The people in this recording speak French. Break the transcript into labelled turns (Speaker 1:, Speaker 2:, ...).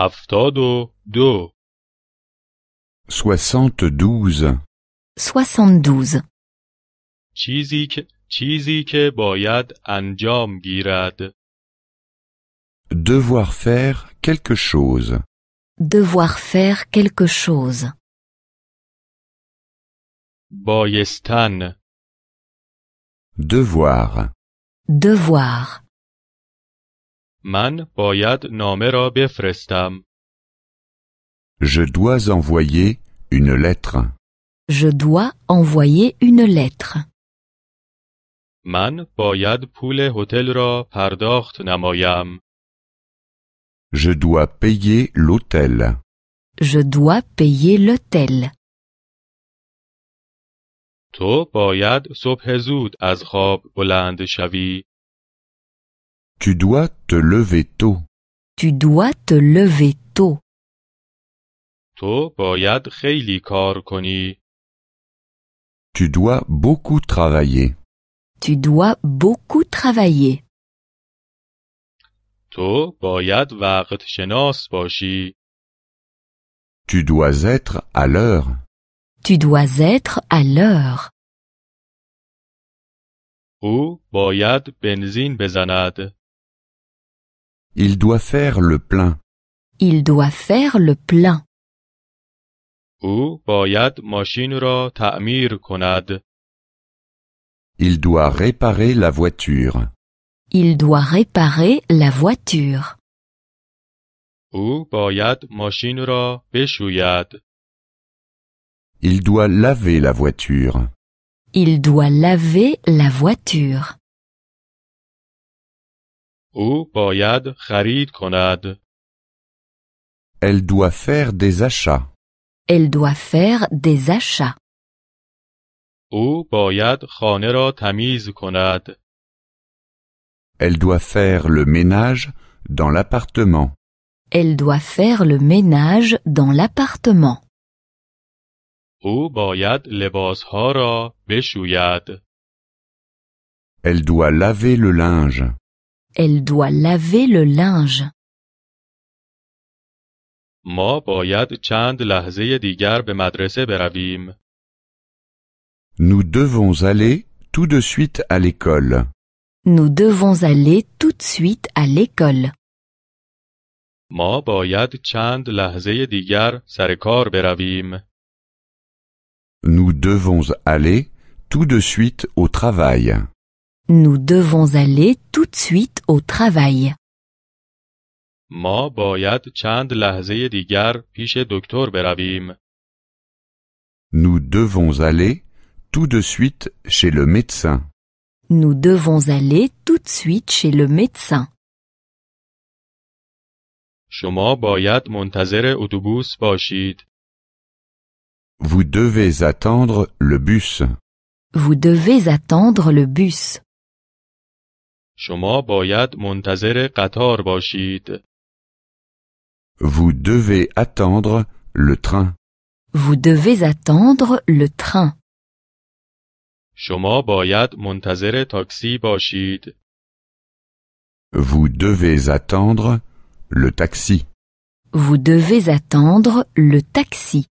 Speaker 1: هفتاد و دو
Speaker 2: 72.
Speaker 3: 72.
Speaker 1: چیزی که چیزی که باید انجام گیرد
Speaker 2: Devoir faire quelque chose.
Speaker 3: Devoir faire quelque chose.
Speaker 1: بایستن
Speaker 2: Devoir.
Speaker 3: Devoir.
Speaker 1: من باید نامه را بفرستم
Speaker 2: Je dois envoyer une lettre.
Speaker 3: Je dois envoyer une lettre.
Speaker 1: من باید پول هتل را پرداخت نمایم
Speaker 2: Je dois payer l'hôtel.
Speaker 3: Je dois payer l'hôtel.
Speaker 1: تو باید صبح زود از خواب بلند شوی
Speaker 2: Tu dois te lever tôt.
Speaker 3: Tu dois te lever tôt.
Speaker 1: تو باید خیلی کار کنی
Speaker 2: Tu dois beaucoup travailler.
Speaker 3: Tu dois beaucoup travailler.
Speaker 1: تو باید وقت شناس باشی
Speaker 2: Tu dois être à l'heure.
Speaker 3: Tu dois être à l'heure.
Speaker 1: او باید بنزین بزند
Speaker 2: Il doit faire le plein.
Speaker 3: Il doit faire le plein.
Speaker 1: او باید ماشین را تعمیر کند
Speaker 2: Il doit réparer la voiture.
Speaker 3: Il doit réparer la voiture.
Speaker 1: او باید ماشین را بشوید
Speaker 2: Il doit laver la voiture.
Speaker 3: Il doit laver la voiture.
Speaker 1: او باید خرید کند
Speaker 2: Elle doit faire des achats.
Speaker 3: Elle doit faire des achats.
Speaker 1: او باید خانه را تمیز کند
Speaker 2: Elle doit faire le ménage dans l'appartement.
Speaker 3: Elle doit faire le ménage dans l'appartement.
Speaker 1: او باید لباسها را بشوید
Speaker 2: Elle doit laver le linge.
Speaker 3: Elle doit laver le linge.
Speaker 1: ما باید چند لحظه دیگر به مدرسه برویم
Speaker 2: Nous devons aller tout de suite à l'école.
Speaker 3: Nous devons aller tout de suite à l'école.
Speaker 1: ما باید چند لحظه دیگر سر کار برویم
Speaker 2: Nous devons aller tout de suite au travail.
Speaker 3: Nous devons aller tout de suite au travail.
Speaker 1: ما باید چند لحظه دیگر پیش دکتر برویم
Speaker 2: Nous devons aller tout de suite chez le médecin.
Speaker 3: Nous devons aller tout de suite chez le médecin.
Speaker 1: شما باید منتظر اتوبوس باشید
Speaker 2: Vous devez attendre le bus.
Speaker 3: Vous devez attendre le bus.
Speaker 1: شما باید منتظر قطار باشید
Speaker 2: Vous devez attendre le train.
Speaker 3: Vous devez attendre le train.
Speaker 1: شما باید منتظر تاکسی باشید
Speaker 2: Vous devez attendre le taxi.
Speaker 3: Vous devez attendre le taxi.